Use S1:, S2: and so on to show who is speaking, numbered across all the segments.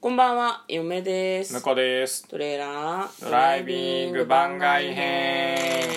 S1: こんばんは、嫁です
S2: 向。こうです
S1: トレーラード
S2: ドライビング番外編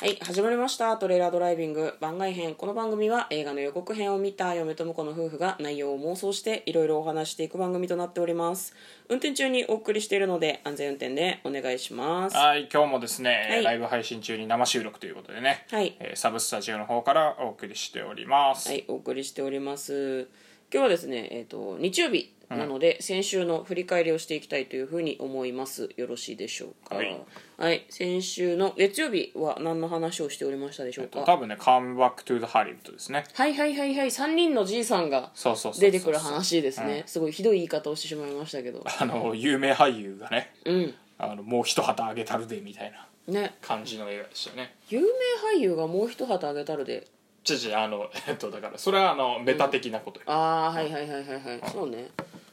S1: はい始まりました「トレーラードライビング番外編」この番組は映画の予告編を見た嫁と婿の夫婦が内容を妄想していろいろお話していく番組となっております運転中にお送りしているので安全運転でお願いしますは
S2: はい今日もですね、
S1: はい
S2: ライブ配信中に生収録ということでね、
S1: はい
S2: えーサブスタジオの方からお送りしております、
S1: いお送りしております今日はですねえっ、と日曜日なので、先週の振り返りをしていきたいというふうに思いますよろしいでしょうか
S2: はい、
S1: はい先週の月曜日は何の話をしておりましたでしょうか、
S2: 多分ね「Come Back to the Hollywood」ですね
S1: はいはいはいはい3人のじいさんが
S2: そうそうそうそう
S1: 出てくる話ですねすごいひどい言い方をしてしまいましたけど
S2: あの有名俳優がね
S1: うん
S2: あのもう一旗あげたるでみたいな
S1: ね
S2: 感じの映画でしたよね
S1: 有名俳優がもう一旗あげたるで
S2: ちょちょあの えっとだからそれはあのメタ的なことよ、
S1: ああはいはいはいはいはいそうね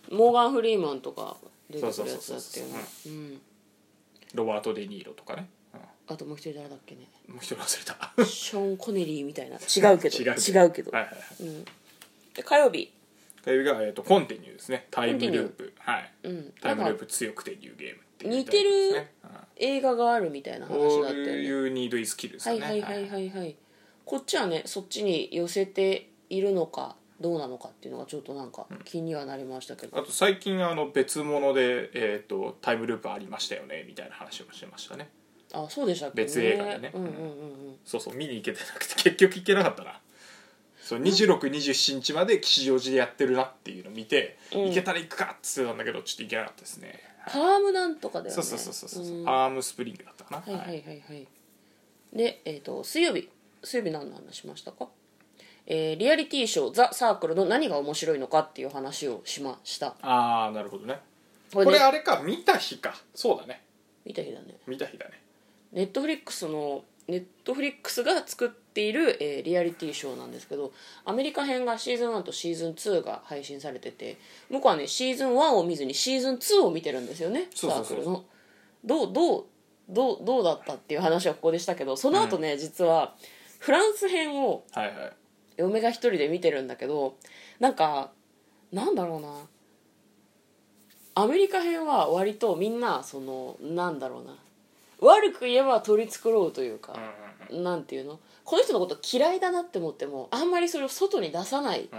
S1: モーガン・フリーマンとか出てくるやつだっていうの
S2: そう
S1: うん
S2: ロバート・デ・ニーロとかね、うん
S1: あともう一人誰だっけね
S2: もう一人忘れた
S1: ショーン・コネリーみたいな 違うけど
S2: 違うけ
S1: 違うけど
S2: はいはいはい
S1: で火曜日
S2: 火曜日が、えー、とコンティニューですねタイム
S1: コンティニュー
S2: ループはい、
S1: ん
S2: タイムループ強くてニューゲームっていう
S1: 似てる
S2: タイトル
S1: 映画があるみたいな話
S2: ですね、うん、
S1: だったよ
S2: All
S1: ね
S2: You Need Is Kill です
S1: は
S2: よ
S1: い
S2: ね
S1: はいはいはいはいこっちはねそっちに寄せているのかどうなのかっていうのがちょっとなんか気にはなりましたけど
S2: あと最近あの別物で、えー、とタイムループありましたよねみたいな話もしてましたね
S1: あそうでしたっけ、
S2: 別映画でね
S1: うんうんうんうん
S2: そうそう見に行けてなくて 結局行けなかったなそう2627日まで吉祥寺でやってるなっていうのを見て、行けたら行くかっつってたんだけどちょっと行けなかったですね
S1: パームなんとかだよね
S2: そうそうそうそうそう、
S1: んは
S2: アームスプリングだったか
S1: い
S2: な、
S1: はいはいはいでえっ、と水曜日水曜日何の話しましたかえーリアリティショー「ザ・サークルの何が面白いのかっていう話をしました
S2: ああなるほどね
S1: こ
S2: こ
S1: れ,、
S2: れ
S1: ね、
S2: あれか見た日かそうだね
S1: 見た日だね
S2: 見た日だね
S1: ネットフリックスのネットフリックスが作っている、えーリアリティショーなんですけどアメリカ編がシーズン1とシーズン2が配信されてて向こうはねシーズン1を見ずにシーズン2を見てるんですよねサ
S2: そうそ
S1: ー
S2: う
S1: ク
S2: そう
S1: ルのどうどうどうどうだったっていう話はここでしたけどその後ね、実はフランス編を
S2: はいはい
S1: 嫁が一人で見てるんだけどなんかなんだろうなアメリカ編は割とみんなそのなんだろうな悪く言えば取り繕うというか、なんていうのこの人のこと嫌いだなって思ってもあんまりそれを外に出さない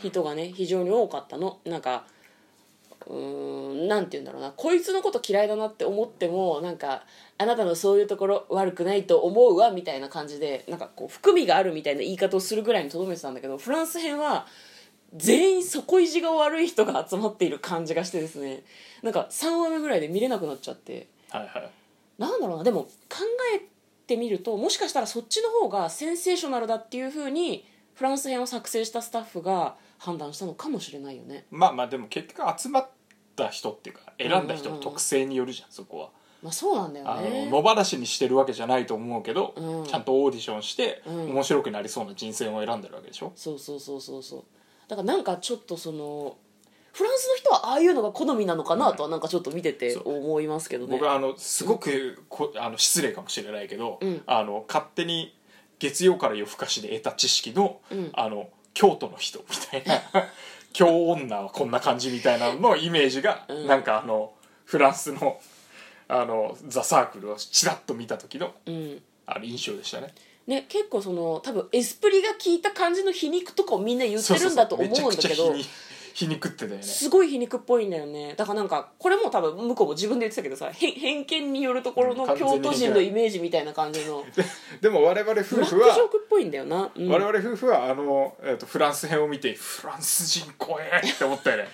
S1: 人がね非常に多かったのなんかうーんなんて言うんだろうなこいつのこと嫌いだなって思ってもなんかあなたのそういうところ悪くないと思うわみたいな感じでなんかこう含みがあるみたいな言い方をするぐらいにとどめてたんだけどフランス編は全員底意地が悪い人が集まっている感じがしてですねなんか3話目ぐらいで見れなくなっちゃって。
S2: はいはい
S1: なんだろうなでも考えてみるともしかしたらそっちの方がセンセーショナルだっていう風にフランス編を作成したスタッフが判断したのかもしれないよね、
S2: まあまあでも結局集まった人っていうか選んだ人
S1: うんうんうん
S2: の特性によるじゃんそこは
S1: まあ、そうなんだよ
S2: あの
S1: ね
S2: 野放しにしてるわけじゃないと思うけど、
S1: うん
S2: ちゃんとオーディションして、
S1: うん
S2: 面白くなりそうな人選を選んでるわけでしょ
S1: そうそうそうそうそうだからなんかちょっとそのフランスの人はああいうのが好みなのかなとはなんかちょっと見てて
S2: そう
S1: 思いますけどね
S2: 僕はあのすごくこあの失礼かもしれないけど、
S1: うん
S2: あの勝手に月曜から夜更かしで得た知識の,、
S1: うん
S2: あの京都の人みたいな 京女はこんな感じみたいなののイメージが、
S1: ん
S2: なんかあのフランスのあのザ・サークルをちらっと見た時の
S1: うん
S2: あの印象でしたね。
S1: ね、結構その多分エスプリが効いた感じの皮肉とかをみんな言ってるんだと思うんだけど
S2: そうそうそうめちゃくちゃ皮肉皮肉ってたよね。
S1: すごい皮肉っぽいんだよねだからなんかこれも多分向こうも自分で言ってたけどさへん偏見によるところ
S2: う
S1: の
S2: ん完全
S1: 京
S2: に
S1: 都人のイメージみたいな感じの
S2: でも我々夫
S1: ブラックジ
S2: 婦
S1: ョ
S2: は
S1: ークっぽいんだよな、うん
S2: 我々夫婦はあの、えー、とフランス編を見てフランス人怖えって思ったよね。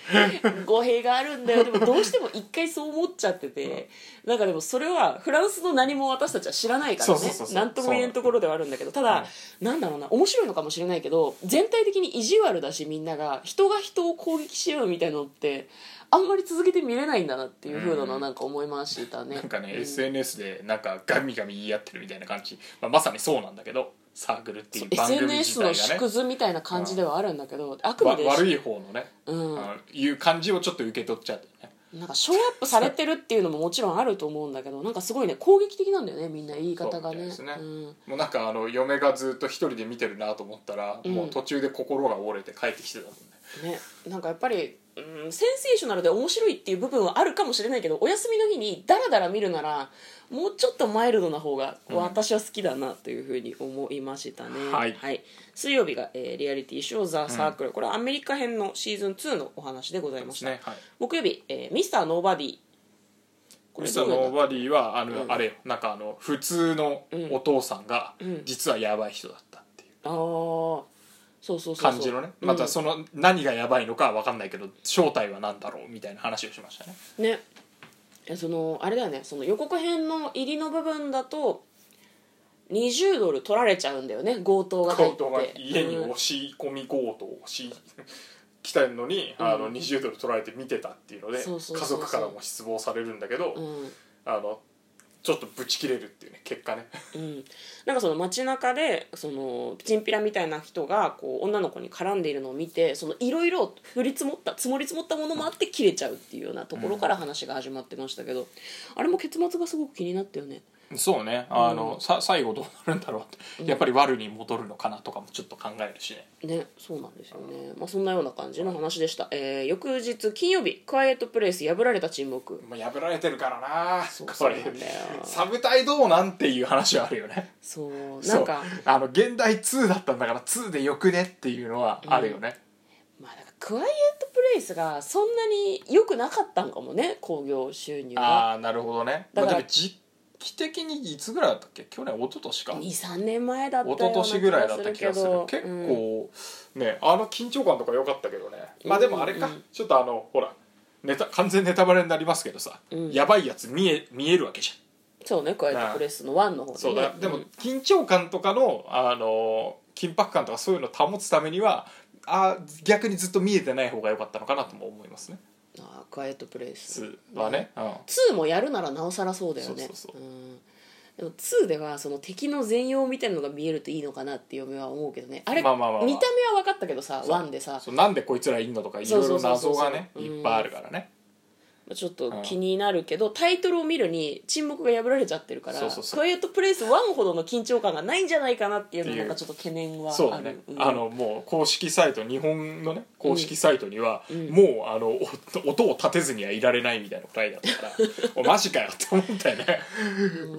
S1: 語弊があるんだよでもどうしても一回そう思っちゃっててなんかでもそれはフランスの何も私たちは知らないからね
S2: そうそうそうそう
S1: なんとも言えんところではあるんだけどただ、なんだろうな面白いのかもしれないけど全体的に意地悪だしみんなが人が人を攻撃し合うみたいなのってあんまり続けて見れないんだなっていうふうなのはなんか思いましたね。
S2: なんかね、SNS でなんかガミガミ言い合ってるみたいな感じ、まあ、まさにそうなんだけどサークルっていう番組自
S1: SNS の
S2: 体がね
S1: 縮図みたいな感じではあるんだけど、あくま
S2: わ
S1: で
S2: 悪い方のね、
S1: うん
S2: あのいう感じをちょっと受け取っちゃってね
S1: なんかショーアップされてるっていうのももちろんあると思うんだけどなんかすごいね攻撃的なんだよねみんな言い方がね
S2: そうみたいですね
S1: うん、
S2: もうなんかあの嫁がずっと一人で見てるなと思ったら、
S1: ん
S2: もう途中で心が折れて帰ってきてたもんね
S1: ねなんかやっぱり、うん、うん、センセーショナルで面白いっていう部分はあるかもしれないけどお休みの日にダラダラ見るならもうちょっとマイルドな方が
S2: うん
S1: 私は好きだなというふうに思いましたね、
S2: はい
S1: 水曜日が、えーリアリティショー「ザ・サークル、これはアメリカ編のシーズン2のお話でございま
S2: で
S1: し
S2: す
S1: た、
S2: ねはい
S1: 木曜日、えーミスターノーバディこ
S2: ミ
S1: れ
S2: スター
S1: どうな
S2: ノ
S1: ん
S2: ー
S1: だ
S2: バディはあの、
S1: うん
S2: あれよなんかあの普通のお父さんが
S1: うん
S2: 実はやばい人だったっていう
S1: あーそうそうそうそう
S2: 感じのねまたその何がやばいのかは分かんないけど正体は何だろうみたいな話をしましたね
S1: ねえそのあれだよねその予告編の入りの部分だと20ドル取られちゃうんだよね強盗が入
S2: 強
S1: って
S2: 盗が家に
S1: うん
S2: 押し込み強盗をし来たのに、あの20ドル取られて見てたっていうので
S1: そうそうそうそう
S2: 家族からも失望されるんだけど、
S1: うん
S2: あのちょっとブチ切れるっていうね結果ね
S1: うん、なんかその街中でそのチンピラみたいな人がこう女の子に絡んでいるのを見てそのいろいろ降り積もった積もり積もったものもあって切れちゃうっていうようなところから話が始まってましたけど、あれも結末がすごく気になったよね
S2: そうねあの、さ最後どうなるんだろうって、やっぱり悪に戻るのかなとかもちょっと考えるしね
S1: ねそうなんですよね、まあ、そんなような感じの話でした、えー翌日金曜日「クワイエットプレイス破られた沈黙」
S2: もう破られてるからな
S1: そう
S2: これ
S1: そうなんだよ
S2: サブ隊どうなんっていう話はあるよね
S1: そうなんか
S2: そうあの現代2だったんだから2でよくねっていうのはあるよね、
S1: まあなんかクワイエットプレイスがそんなに良くなかったんかもね興行収入が
S2: ああなるほどね
S1: だか
S2: だからら、でも時期的にいつぐらいだったっけ去年一昨年か一
S1: 23年前だったよう
S2: 昨年ぐらいだった
S1: な
S2: 気がする
S1: け
S2: 結
S1: ど
S2: 構、ねあの緊張感とか良かったけどねまあでもあれか、
S1: うんうん
S2: ちょっとあのほらネタ完全ネタバレになりますけどさ、
S1: うん
S2: やばいやつ見え見えるわけじゃん
S1: うんそうねクワイエットプレイスの1の方で、ね、
S2: そうだ、でも
S1: ん
S2: 緊張感とかのあの緊迫感とかそういうのを保つためにはあー逆にずっと見えてない方が良かったのかなとも思いますね
S1: あークワイエットプレイス
S2: 2はね、うん、
S1: 2もやるならなおさらそうだよね
S2: そうそうそうん
S1: でも2ではその敵の全容みたいなのが見えるといいのかなって嫁は思うけどねあれ、
S2: まあまあまあまあ
S1: 見た目は分かったけどさ
S2: そう
S1: 1でさ
S2: そうなんでこいつらいんのとかい
S1: そう
S2: ろい
S1: そう
S2: ろ
S1: そうそう
S2: 謎がね
S1: うん
S2: いっぱいあるからね
S1: ちょっと気になるけど、タイトルを見るに沈黙が破られちゃってるから
S2: そうそうそう
S1: クワイエットプレイス1ほどの緊張感がないんじゃないかなっていうのも
S2: っ
S1: な
S2: ていうん
S1: かちょっと懸念はある
S2: そうだね、
S1: うん
S2: あのもう公式サイト日本のね公式サイトには、
S1: うん
S2: もうあのお音を立てずにはいられないみたいな答えだったから おマジかよって思ったよね、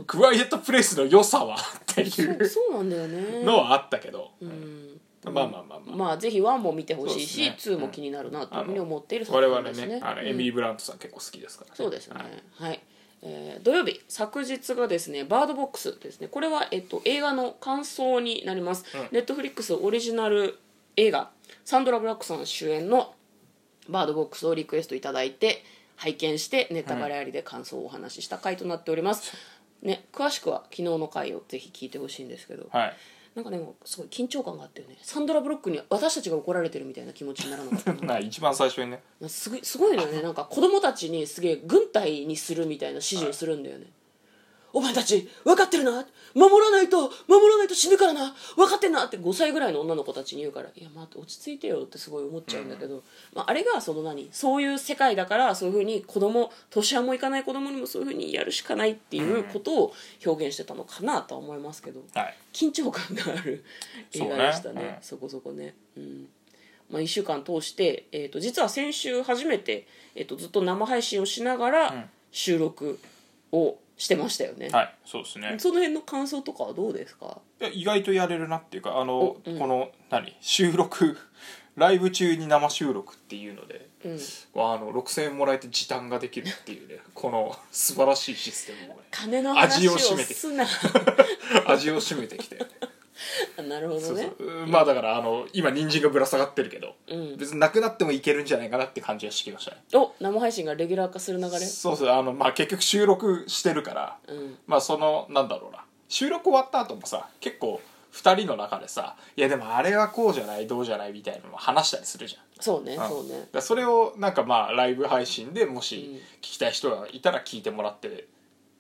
S2: クワイエットプレイスの良さはってい
S1: そう
S2: う
S1: そうなんだよね
S2: のはあったけど、
S1: うん
S2: まあまあまあまあ、
S1: まあぜひ1も見てほしいし、
S2: そうで
S1: 2
S2: すね
S1: も気になるなというふうに思っている
S2: 我
S1: 作品
S2: 々
S1: です
S2: ね
S1: ね
S2: あの
S1: うん
S2: エミリー・ブラントさん結構好きですから、ね
S1: そうですね
S2: は
S1: はい
S2: い、
S1: えー土曜日昨日がですね「バードボックス」ですねこれは、えっと、映画の感想になります、
S2: うん
S1: ネットフリックスオリジナル映画サンドラ・ブラックさん主演の「バードボックス」をリクエストいただいて拝見してネタバレありで感想をお話しした回となっております、ね、詳しくは昨日の回をぜひ聞いてほしいんですけど、
S2: はい
S1: なんかでもすごい緊張感があったよねサンドラ・ブロックに私たちが怒られてるみたいな気持ちにならなかったな
S2: な一番最初にね
S1: すごいすごいのよねなんか子供たちにすげえ軍隊にするみたいな指示をするんだよね、お前たち分かってるな守らないと守らないと死ぬからな分かってんなって5歳ぐらいの女の子たちに言うからいや待って落ち着いてよってすごい思っちゃうんだけど、まあ、あれがその何そういう世界だからそういうふうに子供年はもいかない子供にもそういうふうにやるしかないっていうことを表現してたのかなとは思いますけど、
S2: はい
S1: 緊張感がある
S2: そう
S1: 映
S2: ね
S1: 画でしたねそ
S2: うん
S1: こそこね、うんまあ、1週間通して、えー、と実は先週初めて、えー、とずっと生配信をしなが
S2: ん
S1: ら収録をしてましたよね、
S2: はいそうですね
S1: その辺の感想とかはどうですか
S2: いや意外とやれるなっていうかあの
S1: お、うん
S2: この何収録ライブ中に生収録っていうので、
S1: うん
S2: あの6000円もらえて時短ができるっていうね この素晴らしいシステム をね
S1: 金の話
S2: 味を
S1: を
S2: 占めて
S1: すな
S2: 味を占めてきて、
S1: な るほ
S2: そ
S1: ど
S2: う
S1: ね
S2: そううんまあだからあの今人参がぶら下がってるけど、
S1: うん
S2: 別になくなってもいけるんじゃないかなって感じがしてきましたね
S1: お生配信がレギュラー化する流れ
S2: そうそうあの、まあ、結局収録してるから、
S1: うん
S2: まあそのなんだろうな収録終わった後もさ結構2人の中でさ「いやでもあれはこうじゃないどうじゃない」みたいなのも話したりするじゃん
S1: そうね
S2: うん
S1: そうね
S2: だからそれをなんかまあライブ配信でもし聞きたい人がいたら聞いてもらって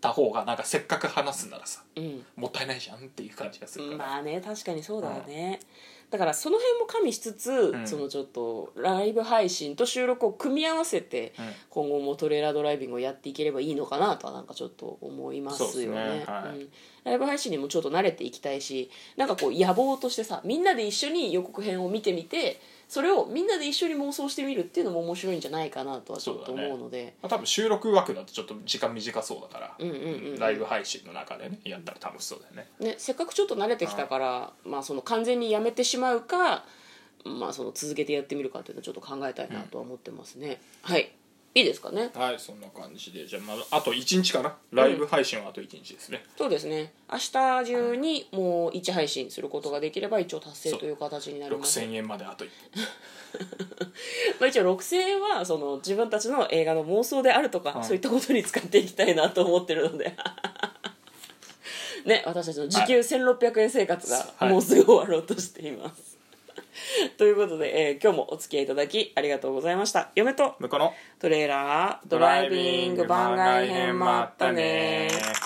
S2: た方がなんかせっかく話すならさ
S1: うん
S2: もったいないじゃんっていう感じがするから、
S1: まあね確かにそうだよね、だからその辺も加味しつつ、
S2: ん
S1: そのちょっとライブ配信と収録を組み合わせて、
S2: うん
S1: 今後もトレーラードライビングをやっていければいいのかなとはなんかちょっと思いますよね
S2: そうですねはい
S1: うんライブ配信にもちょっと慣れていきたいしなんかこう野望としてさみんなで一緒に予告編を見てみてそれをみんなで一緒に妄想してみるっていうのも面白いんじゃないかなとはちょっと
S2: そうだね
S1: 思うので
S2: まあ、多分収録枠だとちょっと時間短そうだから、
S1: うんうんうんうん
S2: ライブ配信の中でねやったら楽しそうだよね
S1: ね、せっかくちょっと慣れてきたから、まあ、その完全にやめてしまうか、まあ、その続けてやってみるかっていうのをちょっと考えたいなとは思ってますね、はいいいですかね
S2: はいそんな感じでじゃあまああと1日かなライブ配信はあと1日ですね、
S1: そうですね明日中にもう1配信することができれば一応達成という形になります
S2: 6000円まであと一歩
S1: まあ、一応6000円はその自分たちの映画の妄想であるとか、
S2: はい
S1: そういったことに使っていきたいなと思ってるので ね私たちの時給1600円生活が
S2: はい
S1: もうすぐ終わろうとしています、 ということで、えー今日もお付き合いいただきありがとうございました嫁と
S2: 向こうの
S1: トレーラードライビング番外編もあったね
S2: ドライビング番外編もあったね